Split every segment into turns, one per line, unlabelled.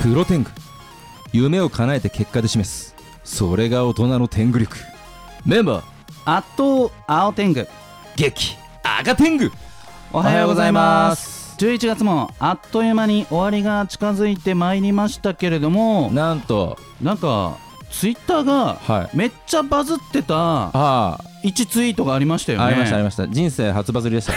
プロテング夢を叶えて結果で示すそれが大人の天狗力メンバー
あっと青天狗
激赤天狗
おはようございます11月もあっという間に終わりが近づいてまいりましたけれども
なんと
なんかツイッターが
はい
めっちゃバズってた
あ
1ツイートがありましたよ
あ
ね
ありましたありました人生初バズ りでした
ち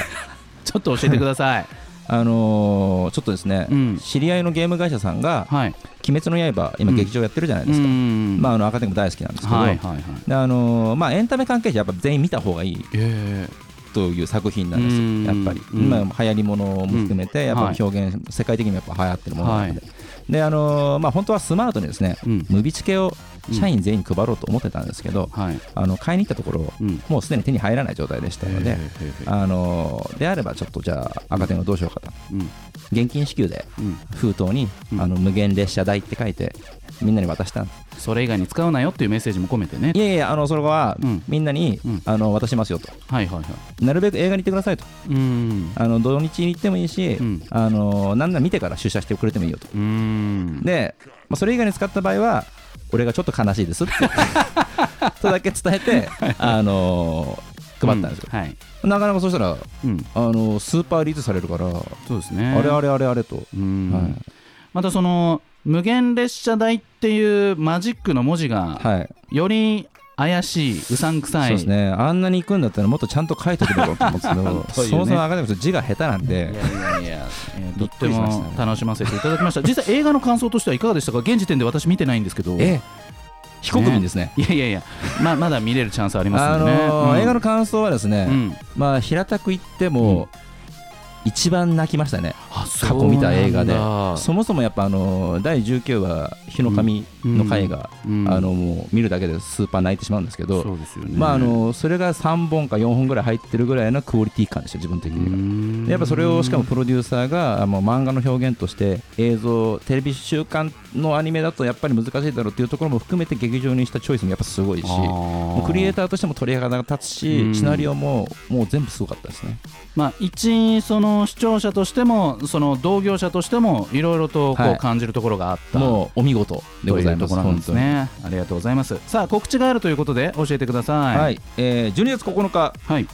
ょっと教えてく ださい
あのーちょっとですね、
うん
知り合いのゲーム会社さんが
はい
「鬼滅の刃」今
うん
劇場やってるじゃないですか、
ん
まああの赤天狗も大好きなんですけど、
はいはいはい
であのーまあ、エンタメ関係者やっぱ全員見た方がいい
え
という作品なん
うん
ですよやっぱり、
うん
今流行りものも含めて
うん
やっぱ
はい
表現、世界的にもやっぱ流行ってるものなので,、
は
であのーまあ、本当はスマートにですね、
うん
ムビチケを社員全員に配ろうと思ってたんですけど、
はい
あの買いに行ったところ
うん
もうすでに手に入らない状態でしたので、あのーであればちょっとじゃあ赤点をどうしようかと
うん
現金支給で
うん
封筒に、
うん
あの無限列車代って書いてみんなに渡したんです
それ以外に使うなよっていうメッセージも込めてね
いやいやあのそれは、
うん
みんなに、
うん
あの渡しますよと
はいはいは
なるべく映画に行ってくださいと
いうん
あの土日に行ってもいいし、
うん
あのなんなら見てから出社してくれてもいいよと、
うん
で、まあ、それ以外に使った場合は俺がちょっと悲しいですって とだけ伝えて、あの配ったんですよ、
はい
なかなかそしたら、
うん
あのスーパーリーズされるから、
そうですね
あれあれあれあれと、
うん
は
またその無限列車台っていうマジックの文字が
はい、
より怪しいうさんくさ
そう
い
ですねあんなに行くんだったらもっとちゃんと書いとけばよかったと 思うんですけど
というね
そもそもアカデミーの人字が下手なん
い
で
やいやいや、えー と
びっ
って
くりしましたね
も楽しませていただきました実際映画の感想としてはいかがでしたか現時点で私見てないんですけど
え非国民ですね
いやいやいやままだ見れるチャンスありま
あ
すんでね、
のー
うん
映画の感想はですね、
うん
まあ平たく言っても、一番泣きましたね
あ
過去見た映画で
そうなんだ
そもそもやっぱあの第19話「日の神」の回が、
うん
あのもう見るだけでスーパー泣いてしまうんですけど、
そうですよね
まああのそれが3本か4本ぐらい入ってるぐらいのクオリティ感でした自分的
う
には。
ん
でやっぱそれをしかもプロデューサーがあの漫画の表現として映像テレビ週間のアニメだとやっぱり難しいだろうっていうところも含めて劇場にしたチョイスもやっぱすごいし
あ
もうクリエイ
ー
ターとしても鳥肌が立つ
う
し
ん
シナリオももう全部すごかったですね。
まあ、一その視聴者としてもその同業者としてもいろいろとこ
は
う
い
感じるところがあった、
もうお見事でござい
と
ま
うと
す。
ころなんですねありがとうございますさあ告知があるということで教えてくださ
本当
い
に。はい、えー、12月9日、
はい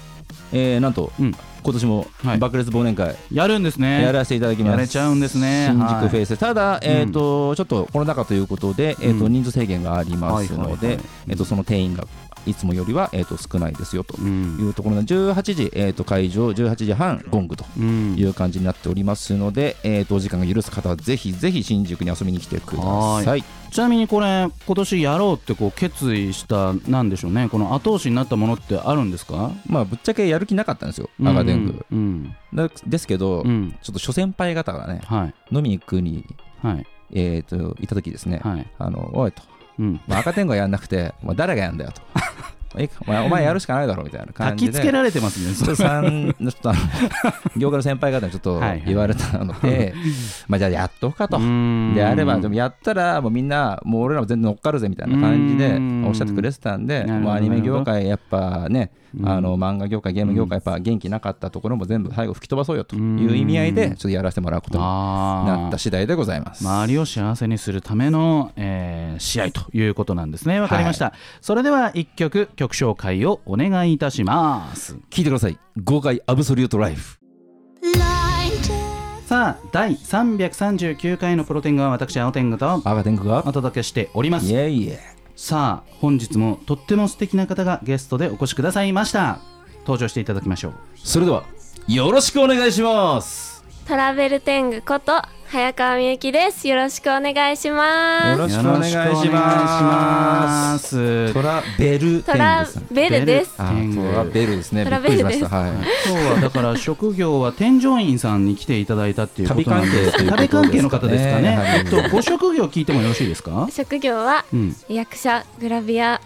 えー、なんと、
うん
今年も
はい
爆裂忘年会
やるんですね
やらせていただきます。
やれちゃうんですね
新宿フェイス、ただえっ、
うん
と、ちょっとコロナ禍ということでえっ、と
うん
人数制限がありますので、
はいはいはい
えっ、とその定員がいつもよりはえっ、と少ないですよと。
うん
いうところの18時、えー、と会場18時半ゴングと
うん
いう感じになっておりますので、えー、とお時間が許す方はぜひぜひ新宿に遊びに来てくださ。
はいちなみにこれ今年やろうってこう決意したなんでしょうねこの後押しになったものってあるんですか
まあぶっちゃけやる気なかったんですよ、赤天狗。
うん
だですけど、
うん、うん
ちょっと諸先輩方がね、
はい
飲みに行くに、
はい
えー、といたときですね、
はい
あのおいと、
うん
まあ、赤天狗はやんなく て、まあ、誰がやんだよと、お前お前お前やるしかないだろみたいな
焚
感
き
じ
つ
で、
けられてますね
ちょっとさんちょっとあの業界の先輩方にちょっと
はいはい
言われたので、まあ、じゃあやっとくかと。
で
であればでもやったらもうみんなもう俺らも全然乗っかるぜみたいな感じで
うん
おっしゃってくれてたんで
なるほど
もうアニメ業界やっぱね
うん
あの漫画業界ゲーム業界やっぱ元気なかったところも全部最後吹き飛ばそうよという意味合いでちょっとやらせてもらうことにな
あ
っ
あ
た次第でございます。
周りを幸せにするための、えー試合ということなんですねわかりました、それでは一曲曲紹介をお願いいたします
聞いてください豪快アブソリュートライフ
Blinded.
さあ第339回のプロテングは私青天狗と
赤天狗
お
が
届けしております
いえいえ
さあ本日もとっても素敵な方がゲストでお越しくださいました登場していただきましょう
それではよろしくお願いします
トラベル天狗こと早川みゆきですよろしくお願いし
よ
ます
ろしくお願いします
す
トラベル
トラベルです
あートラベルですね
ト
びっ
ラ
く
ベ
りし
ル
ま
です
したはい
今日はだから職業は添乗員さんに来ていただいたっていうことなんです
旅関係ということですかね
旅関係の方ですか
は
ね、
い
えっとご職業聞いてもよろしいですか
職業は、
うん
役者グラビア、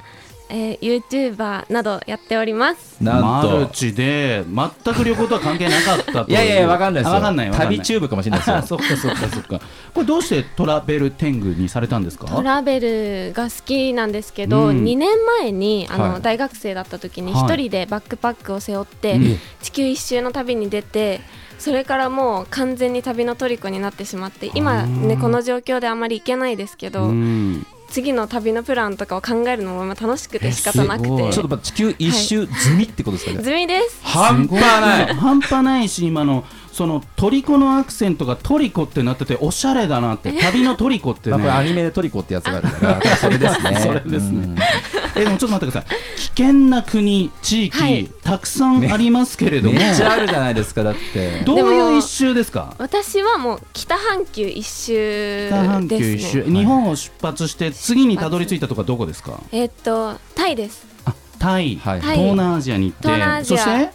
えー、YouTuber などやっております
なん
マル
と
チで全く旅行とは関係なかったと
いやいやいやわかんないです
あ
よ
わかんないわかんない
旅チューブかもしれないですよ
あそっかそっかそっかこれどうしてトラベル天狗にされたんですか
トラベルが好きなんですけど、
うん
2年前にあの、
はい
大学生だった時に
はい
一人でバックパックを背負って、
うん
地球一周の旅に出てそれからもう完全に旅の虜になってしまって今
あ
ね
ー
この状況であんまり行けないですけど、
うん
次の旅のプランとかを考えるのも今楽しくて仕方な
え
く
すご
て
い
ちょっとまあ地球一周済みってこと ですかね
済みです
半端ない
い半端ないし今のそのトリコのアクセントがトリコってなってておしゃれだなって旅のトリコって
まあこれア
ね
ニメでトリコってやつがある からそれですね
それですね
うん
えでもちょっと待ってください危険な国地域、
はい
たくさんありますけれども、
めっちゃあるじゃないですかだって
どう
で
いう
も
一周ですか
私はもう北半球一周
北半球一
です
周、
ね
日本を出発して次にたどり着いたとこはどこですか
えっとタイです
あタイ、
はい
東南アジアに行って
東南アジア
そして、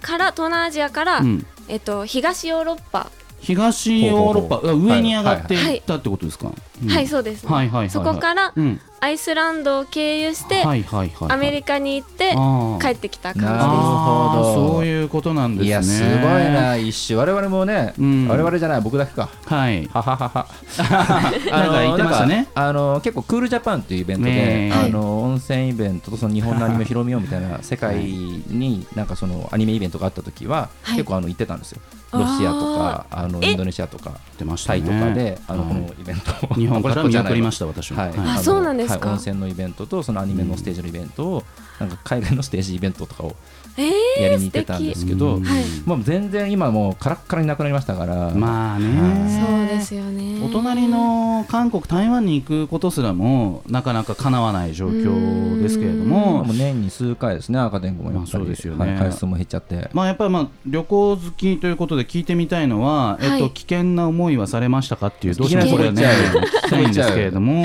から東南アジアから、
うん、
えっと東ヨーロッパ、
東ヨーロッパ
ほうほうほう
が上に上がっていったってことですか、うん
はいそうですね、
はいはいはいはい
そこから
うん
アイスランドを経由して、
はいはいはいはい
アメリカに行って
あー
帰ってきた感じ
なる
です
あー
ほど
そういうことなんですね
いやすごいな一周我々もね
うん
我々じゃない僕だけか
はい
はははは
なんか言ってましたね
なんかあの結構クールジャパンっていうイベントで、
ねえ
あの温泉イベントとその日本のアニメを広めようみたいな世界になんかそのアニメイベントがあった時は、
はい
結構あの行ってたんですよロシアとかあの
え
インドネシアとか
出まし
タ
た
イ
ね
とかで、あの
はい
このイベントを
日本から見送りました私は
はい、
はい
の
あそうなんですか
はい温泉のイベントとそのアニメのステージのイベントを、なんか海外のステージイベントとかを
え
やりに行ってたんですけど、
うん
はい
まあ、全然今もうカラッカラになくなりましたから、
まあ
ー、
ね
そうですよね
お隣の韓国台湾に行くことすらもなかなかかなわない状況ですけれ
ま
ど
あ
も
もう年に数回ですね赤天狗もやっぱり、
まあそうですよね
はい回数も減っちゃって、
まあやっぱりまあ旅行好きということで聞いてみたいのは、
はい
えっと、危険な思いはされましたかっていうどうしても
いき
こ
な
れ
り
はね聞きたいんですけれども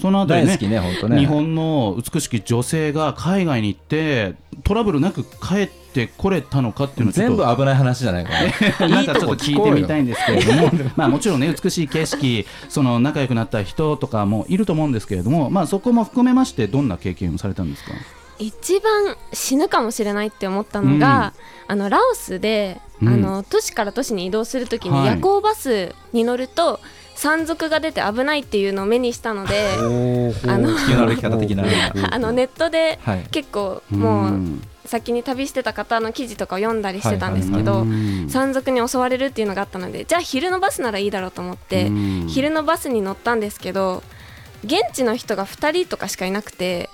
そのあた
大
り
好
ね
きね本当ね
日本の美しき女性が海外に行ってトラブルなく帰ってこれたのかっていうのをちょっ
全
と
部危ない話じゃない かね
なんかちょっと聞いてみた
い
いんですけれども、 まあもちろんね美しい景色、その仲良くなった人とかもいると思うんですけれども、まあそこも含めましてどんな経験をされたんですか。
一番死ぬかもしれないって思ったのが、あのラオスで、
うん
あの都市から都市に移動するときに
はい
夜行バスに乗ると、山賊が出て危ないっていうのを目にしたので
おー
あの
地球の歩き方的な
あのネットで
はい
結構
う
もうん先に旅してた方の記事とかを読んだりしてたんですけど、
うん
山賊に襲われるっていうのがあったのでじゃあ昼のバスならいいだろうと思って、
うん
昼のバスに乗ったんですけど現地の人が2人とかしかいなくて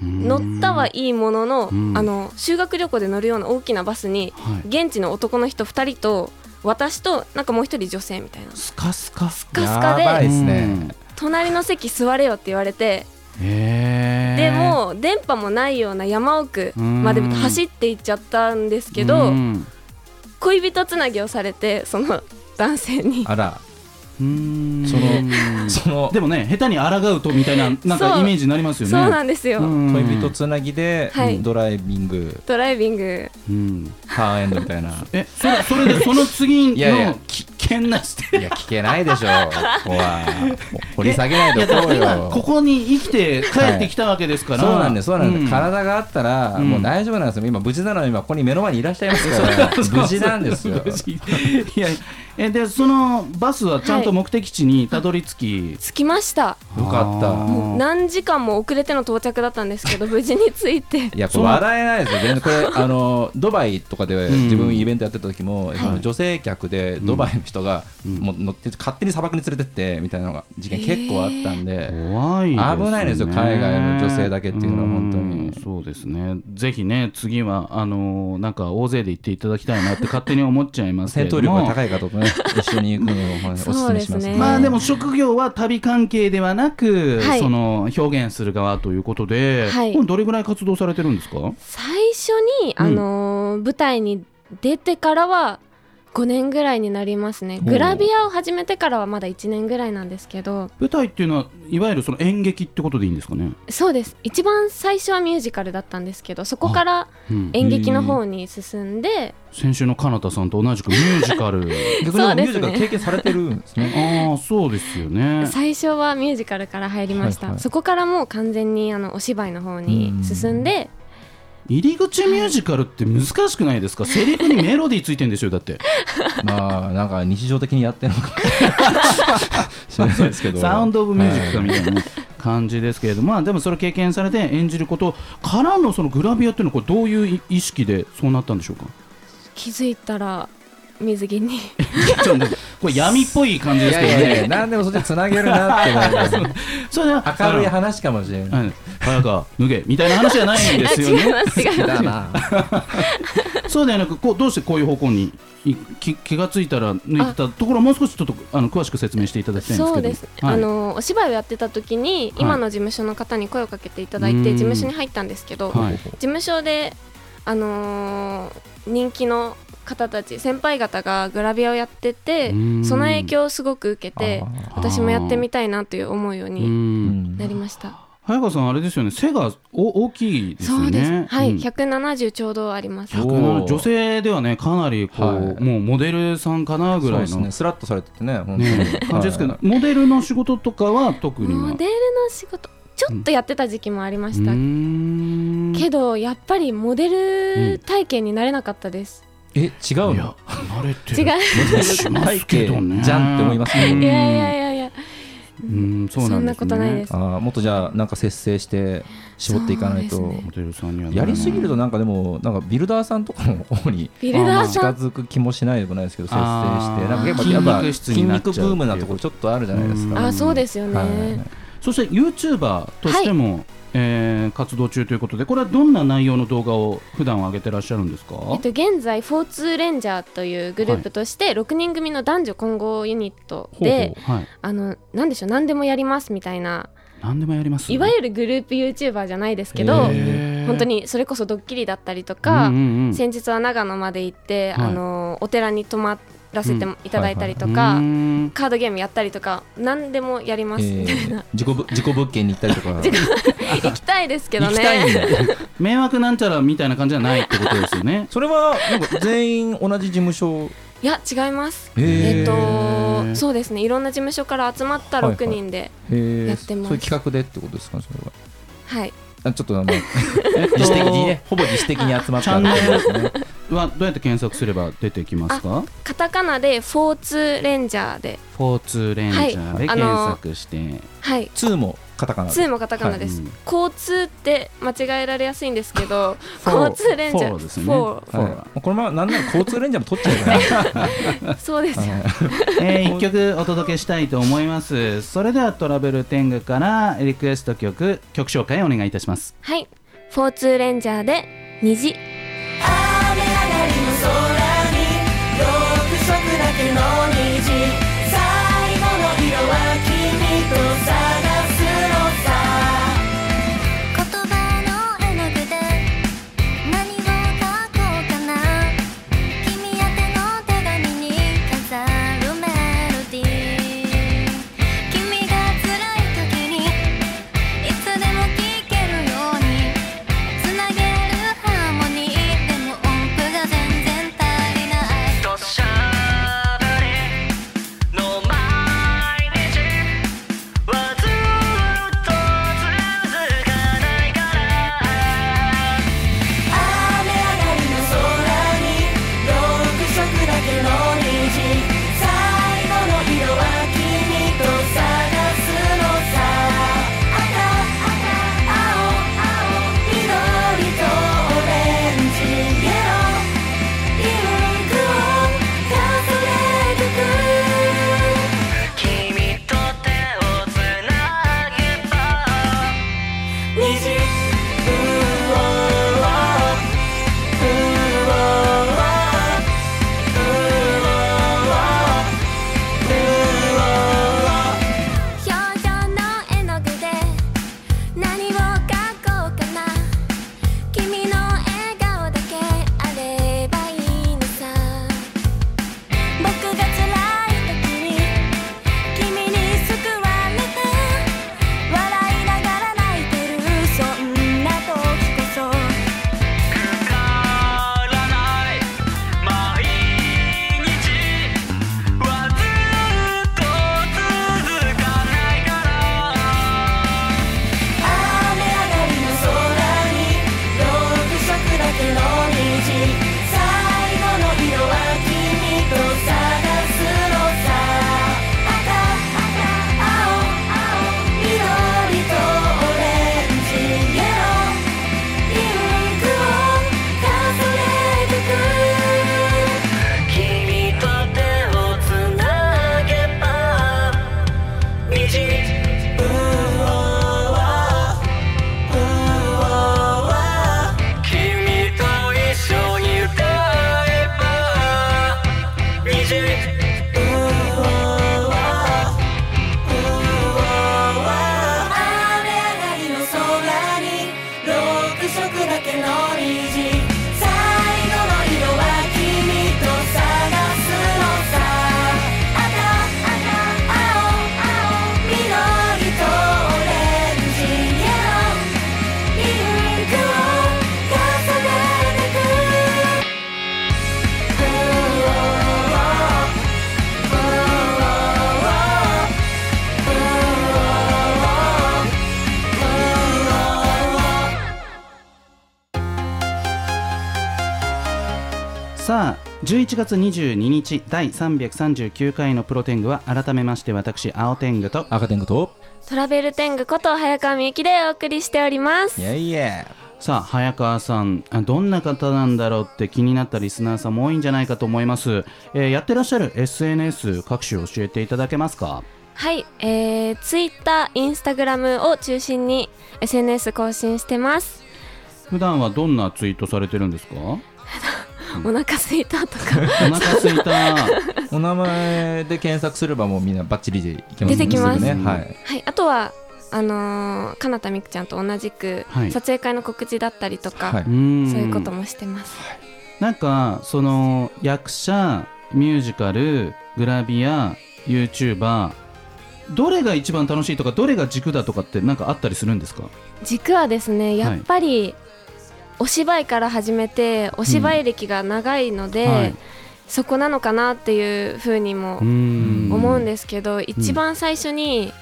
乗ったはいいものの,、
ん
あの修学旅行で乗るような大きなバスに、
はい
現地の男の人2人と私となんかもう1人女性みたいな
スカスカ。
カスカで
やばいっす
うん
ね、
隣の席座れよって言われて
へー
でもう電波もないような山奥まで
うん
走っていっちゃったんですけど、
うん
恋人つなぎをされてその男性に
あら
うん
そ のその
でもね下手に抗うとみたいななん
そ
か
う
イメージになりますよね。
そうなんですよ、
うん
恋人つなぎで
はい
ドライビング
ドライビング
うん
ターンエンドみたいな
えそれそれでその次
いやいや
の危険な視点
いや聞けない でしょここは掘り下げない
いや
と
だ
こ
か
う
ら
よ
ここに生きて帰ってきたわけですから、
そうなんです、そうなんです、
ん
体があったら、もう大丈夫なんですよ、今、無事なのに、今、ここに目の前にいらっしゃいますから、無事なんですよ。
無事いやえでそのバスはちゃんと目的地にたどり着き、
着きました
よかった
あー
もう何時間も遅れての到着だったんですけど無事に着いて
いや、こ
そ
れ
の
笑えないですよ、全然、これ、 あの、ドバイとかで、
ん
自分イベントやってた時も、そ
は
の
い
女性客で、ドバイの人が、もう乗って、勝手に砂漠に連れてって、みたいなのが、事件結構あったんで。
怖いですね
危ないですよ海外の女性だけっていうのは本当に
うんそうですねぜひね次はあのーなんか大勢で行っていただきたい なって勝手に思っちゃいますけ
戦
れど
闘力
も
が高い方とね、一緒に行くのをおすすめします
そうです
ね。
ね
まあでも職業は旅関係ではなく、
はい
その表現する側ということで、
はい
これどれぐらい活動されてるんですか
最初に、
うん
あのー舞台に出てからは5年ぐらいになりますね
おー
グラビアを始めてからはまだ1年ぐらいなんですけど
舞台っていうのはいわゆるその演劇ってことでいいんですかね、
そうです一番最初はミュージカルだったんですけどそこから
うん
演劇の方に進んで
先週のかなたさんと同じくミュージカ ル
逆にでもミュージカ
そ
ル
うですね
経験されてるんです ね。
ああそうですよね
最初はミュージカルから入りました、
はいはい
そこからもう完全にあのお芝居の方に進んで
入り口ミュージカルって難しくないですかセリフにメロディーついてんですよだ って
まあ、なんか日常的にやってるの かもしれないですけど。
サウンド・オブ・ミュージックかみたいな感じですけれども、まあ、でもそれ経験されて演じることから のそのグラビアっていうのはこれどういう意識でそうなったんでしょうか
気づいたら水着に
ちょっとこれ闇っぽい感じ
い
です
や
け
い
ど
やいや、
ね。
なんでもそっちつなげるなってなる
それは
明るい話かもしれ
う
ない。
ん、早川脱げみたいな話じゃないんですよ
違い
ね。
ます違います
だな。
そうではなく、こうどうしてこういう方向にいき気がついたら抜いてたところ、もう少しちょっとあの詳しく説明していただきたいんですけど。
そうです、
はい
あのお芝居をやってた時に
はい
今の事務所の方に声をかけていただいて
うん
事務所に入ったんですけど、
はい
事務所で、あのー人気の方たち先輩方がグラビアをやってて
うん
その影響をすごく受けて
あ
ー
私もやってみたいなという思うよう
う。
に
うんん
なりました、
早川さんあれですよね。背がお大きいですよ
そうです、
ね。
はい、
うん
170ちょうどあります
100
107女性ではねかなりこう、
はい
もうモデルさんかなぐ
そう
ら
で
い
す
の、
ね。スラッとされててね、本当に
ね感じですけど、
はい
モデルの仕事とかは特には
モデルの仕事ちょっとやってた時期もありました、
うーん
けどやっぱりモデル体験になれなかったです、
え、違う
い
の
や慣れて
違う
る気しますけどね
じゃんって思います
う
ね
ん
いやいやいやいや
うんそうなんです、ね、
そんなことないです
あーもっとじゃあ、なんか節制して絞っていかない
そ
と
うです。
モデルさんにはな
や
らない
りすぎるとなんかでもなんかビルダーさんとかの方に
ビルダー
近
さん
づく気もしないでもないですけど節制
あ
して
ー
なんかやっぱやっぱ
筋肉質
筋
になっちゃ
肉
う
ブームなところちょっとあるじゃないです
うん
か。
あそうですよね、
はい
そして YouTuber としても、えー活動中ということでこれはどんな内容の動画を普段上げてらっしゃるんですか、
えっと、現在フォーツーレンジャーというグループとして6人組の男女混合ユニットで、
はい、
あのなんでしょう何でもやりますみたいな
何でもやります
いわゆるグループ YouTuber じゃないですけど、
へ
本当
に
にそれこそドッキリだったりとか、
うんうんうん
先日は長野まで行って、
はい
あのお寺に泊まらせてもいただいたりとか、
うーん
カードゲームやったりとか何でもやります、
えー自己ぶ自己物件に行ったりとか。
行きたいですけど
行きたいん
ね
だよ。。
迷惑なんちゃらみたいな感じじゃないってことですよね
それはなんか全員同じ事務所。
いや違います
え
え
ー
っ、
へー
とそうですねいろんな事務所から集まった
はいはい
6人で、
へー
やってます
そういう企画でってことですかそれは。
はい
あちょっとあの
えっと
自主的にねほぼ自主的に集まったってことですね。
はどうやって検索すれば出てきますか？
カタカナで「フォーツレンジャーで
フォーツレンジャーで
はいあの
検索して、」
はい
ツーもカタカナで。
2もカタカナです、
はいうん
交通って間違えられやすいんですけど
フォー
交通レンジャ
フォー
ー
ですね
フォ
はいもうこのままなんなら交通レンジャーも取っちゃう から。
ーそうですよ、
えー、一曲お届けしたいと思います。それではトラベル天狗からリクエスト曲曲紹介お願いいたします。
はい「フォーツレンジャー」で「虹」
雨上がりの空に6色だけの虹最後の色は君と探すのさ
言葉の絵の具で何を書こうかな君宛ての手紙に飾るメロディー君が辛い時にいつでも聴けるようにつなげるハーモニー
さあ11月22日第339回のプロテングは改めまして私青天狗と
赤天狗と
トラベル天狗こと早川みゆきでお送りしております
いやいや
さあ早川さんあどんな方なんだろうって気になったリスナーさんも多いんじゃないかと思います、えーやってらっしゃる SNS 各種教えていただけますか
はい、えー、ツイッター、インスタグラムを中心に SNS 更新してます。
普段はどんなツイートされてるんですかお
お腹すいたと か
腹すい た
お名前で検索すればもうみんなバッチリでいけます
出てきます
すぐねはい
はい、あとはあのー、かなたみくちゃんと同じく、
はい
撮影会の告知だったりとか、
はい
ん
そういうこともしてます。
なんかその役者ミュージカルグラビア YouTuber どれが一番楽しいとかどれが軸だとかってなんかあったりするんですか
軸はですね、やっぱり、お芝居から始めてお芝居歴が長いので、
はい
そこなのかなっていうふうにも
ん
思うんですけど、一番最初に、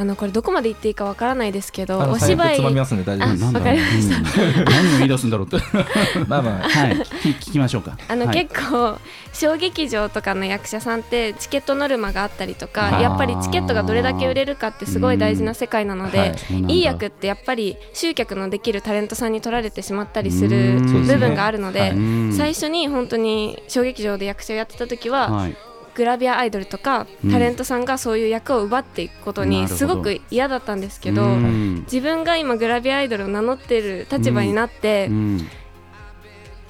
あのこれどこまで言っていいかわからないですけど
あの
お芝
最後
居
つまみますんで大丈夫
あ
です
なんだ
わかりま
した、うん何を言い出すんだ ろうっては
まあまあ
い聞き聞きましょうか
あの、
はい
結構小劇場とかの役者さんってチケットノルマがあったりと
あ
か
ー
やっぱりチケットがどれだけ売れるかってすごい大事な世界なので、
はい
そうなんだ
いい役ってやっぱり集客のできるタレントさんに取られてしまったりす
う
る
ん
そうですね
部分があるので、
はい
うん
最初に本当に小劇場で役者をやってた時は、
はい
グラビアアイドルとか
うん
タレントさんがそういう役を奪っていくこと
な
に
るほど
すごく嫌だったんですけど、
うん
自分が今グラビアアイドルを名乗ってる立場になって、
うん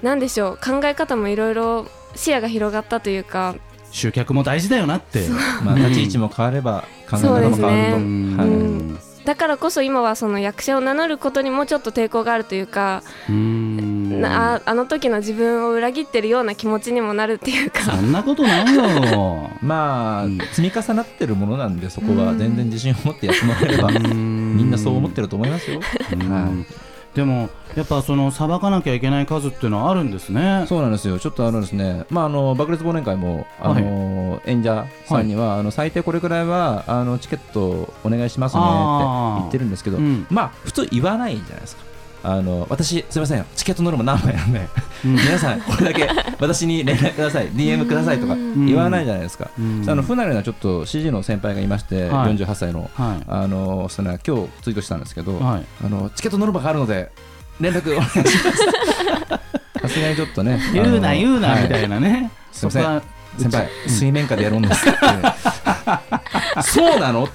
なんでしょう考え方もいろいろ視野が広がったというか
集客も大事だよなって
まあ立ち位置も変われば考え方も変わると
そうですね
ん
はい
うんだからこそ今はその役者を名乗ることにもちょっと抵抗があるというか、
うん
なああの時の自分を裏切ってるような気持ちにもなるっていう
そ
か
んなことない よ
まあ、
うん
積み重なってるものなんでそこは全然自信を持ってやってもらえれば、み
み
んなそう思ってると思いますよ、は
でもやっぱその裁かなきゃいけない数っていうのはあるんですね
い、。そうなんですよちょっとあのですねまああの爆裂忘年会もあの、演者さんには、あの最低これくらいはあのチケットお願いしますねって
あー
言ってるんですけど、
うん
まあ普通言わないじゃないですかあの私すみませんチケットノルマ何枚なんで
うん
皆さんこれだけ私に連絡ください DM くださいとか言わないじゃないですか、
うん
あの不慣れなちょっと CG の先輩がいまして、
はい
48歳の
は
あのその今日ツイートしたんですけど、
いはい。
あのチケットノルマがあるので連絡お願い しますさすがにちょっとね
言うな言うなみた
ない
なね。
すいません
そこは
先輩水面下でやるんですってそうなのって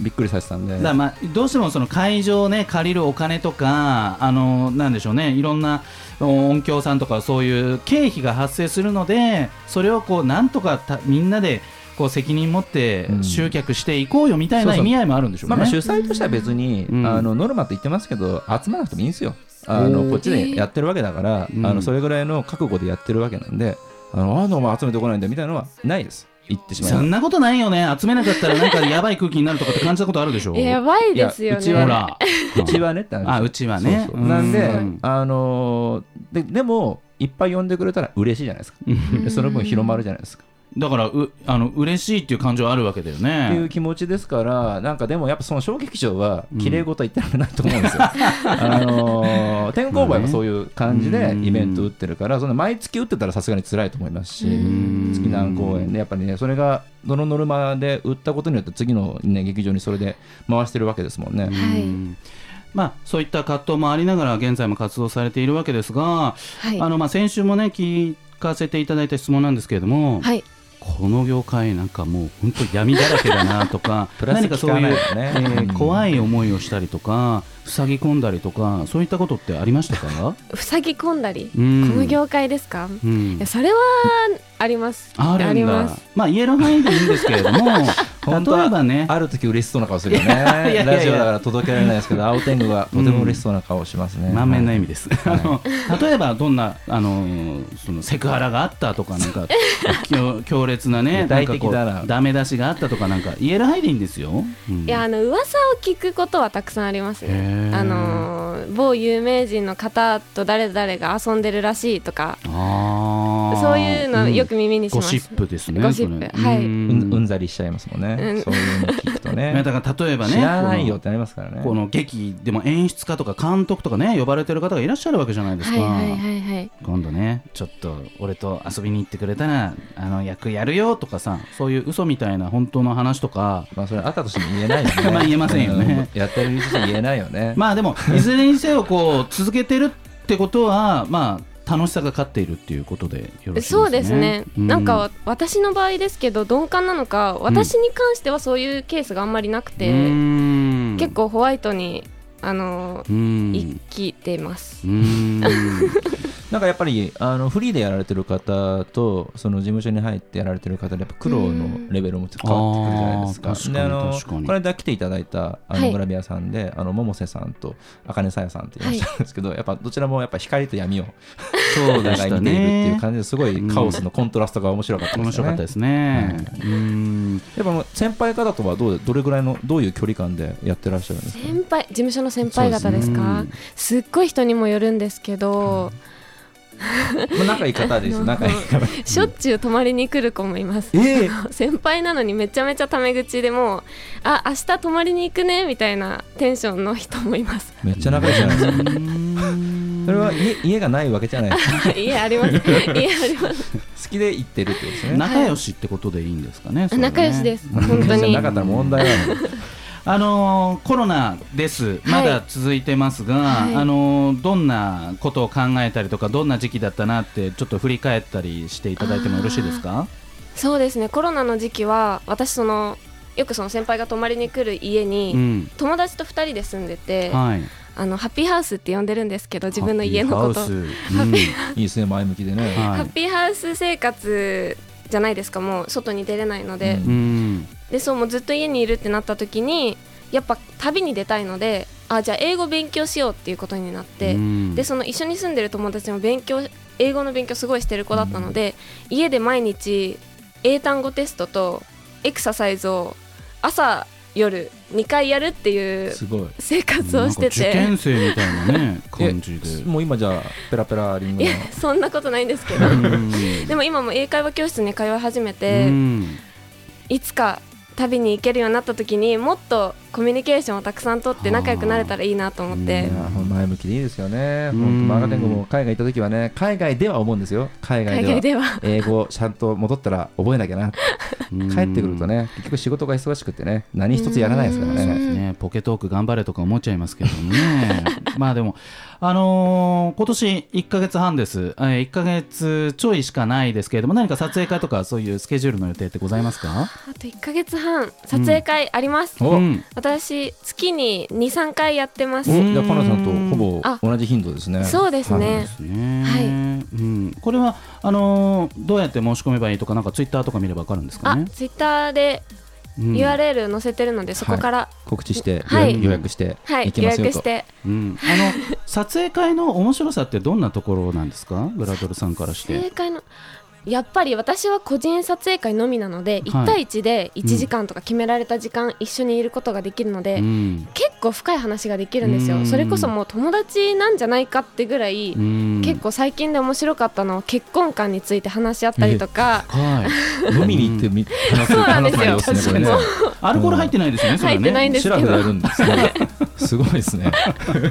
びっくりさせたんで
だからまあどうしてもその会場をね借りるお金とかあのなんでしょうねいろんなお音響さんとかそういう経費が発生するのでそれをこうなんとかたみんなでこう責任持って
うん
集客していこうよみたい
そう
な意
そう
味合いもあるんでしょう
まあ、
ね
まあ。主催としては別に、
うん
あのノルマって言ってますけど集まらなくてもいいんですよあ
お
の
ー
こっちでやってるわけだから、
うん
あのそれぐらいの覚悟でやってるわけなんであのあのお前集めてこないんだみたいなのはないです言ってしまい
そ
ます
んなことないよね集めなかったらなんかやばい空気になるとかって感じたことあるでしょ
やばいですよ
いやうちばは
ほ
ね
ら
うちはねって話
あうちはね
そうそうなんで、
うん
あのーででもいっぱい呼んでくれたら嬉しいじゃないですか
うん
でその分広まるじゃないですか、
だからうあの嬉しいっていう感情はあるわけだよ
ってい
ね
う気持ちですからなんかでもやっぱその小劇場は綺麗事は言ってられないと思うんです よ、あのー天候梅もそういう感じでイベント打ってるからそんな毎月打ってたらさすがに辛いと思いますし
ん
月南公演でやっぱりねそれがどのノルマで打ったことによって次の、ね、劇場にそれで回してるわけですもんね、
はい
うんまあそういった葛藤もありながら現在も活動されているわけですが、
はい
あのまあ先週もね聞かせていただいた質問なんですけれども、
はい
この業界なんかもう本当闇だらけだなとか
プラス
何かそういう、
聞かないよ
え
ねうん
ー怖い思いをしたりとか塞ぎ込んだりとかそういったことってありましたか、
塞ぎ込んだり、
うん
この業界ですか、
う
い
ん
や、それはあります
あるんだ
ります
まあ言える範囲でいいんですけれども
本当は
例えばね
ある時嬉しそうな顔するよね
いやいや
ラジオだから届けられないですけど青天狗はとても嬉しそうな顔しますね、
満面の笑
意
みです、あの例えばどんなあのそのセクハラがあったとかなん か強強烈なね
具体
ん
的
かこう
だな
ダメ出しがあったとかなんか言える範囲でいいんですよ、うん
いやあの噂を聞くことはたくさんあります
へ
ね
ー
あのー某有名人の方と誰々が遊んでるらしいとか
あー
そういうのよく耳にしま
ゴ
す、
シップですね
ゴシップ
それ
はい
うん
うんうんざりしちゃいますもんね、
うん
そういうの聞くと ね。
だから例えばね
知らないよってなりますからね。
この劇でも演出家とか監督とかね呼ばれてる方がいらっしゃるわけじゃないです
は
か、
いはいはいはい
今度ねちょっと俺と遊びに行ってくれたらあの役やるよとかさそういう嘘みたいな本当の話とか
まあそれあったとしても言えないよね。
まあ言えませんよね
うん。やってる人じゃ言えないよ ね。
まあでもいずれにせよこう続けてるってことは まあ楽しさが勝っているっていうことでよろしいですね。
そうですね、
う
なんかわ私の場合ですけど鈍感なのか私に関してはそういうケースがあんまりなくて、結構ホワイトにあの生
構
きてます、
なんかやっぱりあのフリーでやられてる方とその事務所に入ってやられてる方でやっぱ苦労のレベルもちょっと変わってくるじゃないです
う
か。
んあー
であ
確
の
かに確かに
この間来ていただいたあ
は
の
い
グラビアさんで、あの百瀬さんと茜さやさんっていらっしゃるんですけど、やっぱどちらもやっぱ光と闇を
そう
お
で
互
し
い見ている
た
っていう
ね。
感じですごいカオスのコントラストが面白かったで
面
すよ
白
ね。
かったですね。うん
やっぱもう先輩方とはどうでどれぐらいのどういう距離感でやってらっしゃるんですか。
先輩事務所の先輩方です
そう
か
です
っごい人にもよるんですけど、
まあ仲いい方ですよ。 仲いい方。
しょっちゅう泊まりに来る子もいます
ええ
先輩なのにめちゃめちゃタメ口でもうあ明日泊まりに行くねみたいなテンションの人もいます
めっちゃ仲いいじゃないですか。
うん
それは家家がないわけじゃないですか。
家あります家あります
好きで行ってるってことですね。
仲良しってことでいいんですかね。それはね
仲良しです本当
じゃ
に
なかったら問題ないの。
あのーコロナです、まだ続いてますが、
はい
あのーどんなことを考えたりとか、どんな時期だったなって、ちょっと振り返ったりしていただいてもよろしいですか。
そうですねコロナの時期は私そのよくその先輩が泊まりに来る家に、
うん、
友達と2人で住んでて、
はい、
あのハッピーハウスって呼んでるんですけど自分の家のこと
ハッピーハ
ハ
ウスうん
いいですね前向きでね。
は
ッ
い
ピーハウス生活じゃないですかもう外に出れないので、
うん
うん
でそうもうずっと家にいるってなった時にやっぱ旅に出たいのであじゃあ英語勉強しようっていうことになって、
うん
でその一緒に住んでる友達も勉強英語の勉強すごいしてる子だったので、家で毎日英単語テストとエクササイズを朝夜2回やるっていう
すごい。
生活をし
なんか
てて。
受験生みたいなね感じ
え
で。
もう今じゃあペラペラリン
い
グの
や。そんなことないんですけど でも今も英会話教室に通い始め
う
て
ん
いつか旅に行けるようになった時にもっとコミュニケーションをたくさんとって仲良くなれたらいいなと思っ
い
て
やほん前向きでいいですよね。
うん
本当マーガテングも海外行った時はね海外では思うんですよ。海外
海
では
外。では
英語ちゃんと戻ったら覚えなきゃな
うん
帰ってくるとね結局仕事が忙しくてね何一つやらないですから
うん
そう
ね
ですね、ポケトーク頑張れとか思っちゃいますけど ねまあでもあのー今年1ヶ月半です、えー、1ヶ月ちょいしかないですけれども何か撮影会とかそういうスケジュールの予定ってございますか
あと1ヶ月半撮影会あります、
お
うん
私月に23回やってます、
うん
じゃあカナさんとほぼ
あ
同じ頻度ですね
そうですね
ですね、
はい
うん、これはあのーどうやって申し込めばいいとかなんかツイッターとか見ればわかるんですか
あ
ね、
ツイッターで
うん
URL 載せてるのでそこから
告知して予
はい
約予約して
はい、
行き
予
ますよ
約
と
して
うん、あの撮影会の面白さってどんなところなんですかグラドルさんからし
正
て。
解のやっぱり私は個人撮影会のみなので、
はい
1対1で1時間とか決められた時間一緒にいることができるので、
うん
結構深い話ができるんです
う
よ
ん
それこそもう友達なんじゃないかってぐらい、
うん
結構最近で面白かったのは結婚観について話し合ったりとか、
はい
飲みに行ってみ話す
そうなんですよ
話す内容ですねこれね
アルコール入ってないですよね、それね
入ってないんです
シ
け
ラ
ど
フでやるんですねすごいですね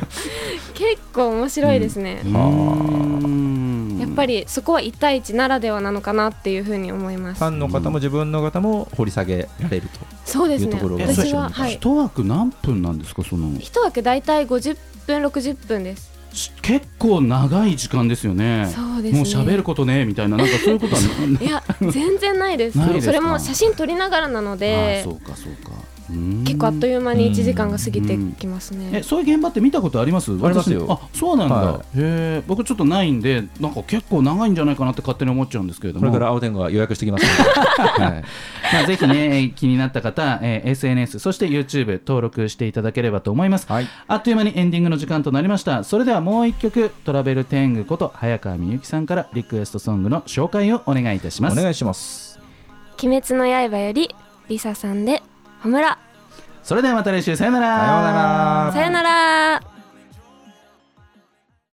結構面白いですね、
は
やっぱりそこは1対1ならではなのかなっていうふうに思いま
フ
す
ァンの方も自分の方も掘り下げられると
そうです
いうと
ね
ころが
私
面
は、は
白い
い、
一枠何分なんですか、その
一枠大体50分60分です
し結構長い時間ですよね。
そうですね
もう喋ることねみたいな、なんかそういうこと は
いや全然ないです
ないですか
それも写真撮りながらな の
ああ
で
そうかそうか。うーん
結構あっという間に1時間が過ぎてきます
え
ね
そういう現場って見たことありますあ
りますよ
あそうなんだ、
は
へえ僕ちょっとないんでなんか結構長いんじゃないかなって勝手に思っちゃうんですけれど
こ
も
れから青天狗が予約してきますので はい
まあ、ぜひね、えー気になった方、えー SNS、そして YouTube 登録していただければと思います。
はい
あっという間にエンディングの時間となりました。それではもう一曲、トラベルテングこと早川みゆきさんからリクエストソングの紹介をお願いいたしま
お
す。
願いします
「鬼滅の刃」よりリサさんで「ホムラ
それではまた来週、さよなら。
さようなら
さよなら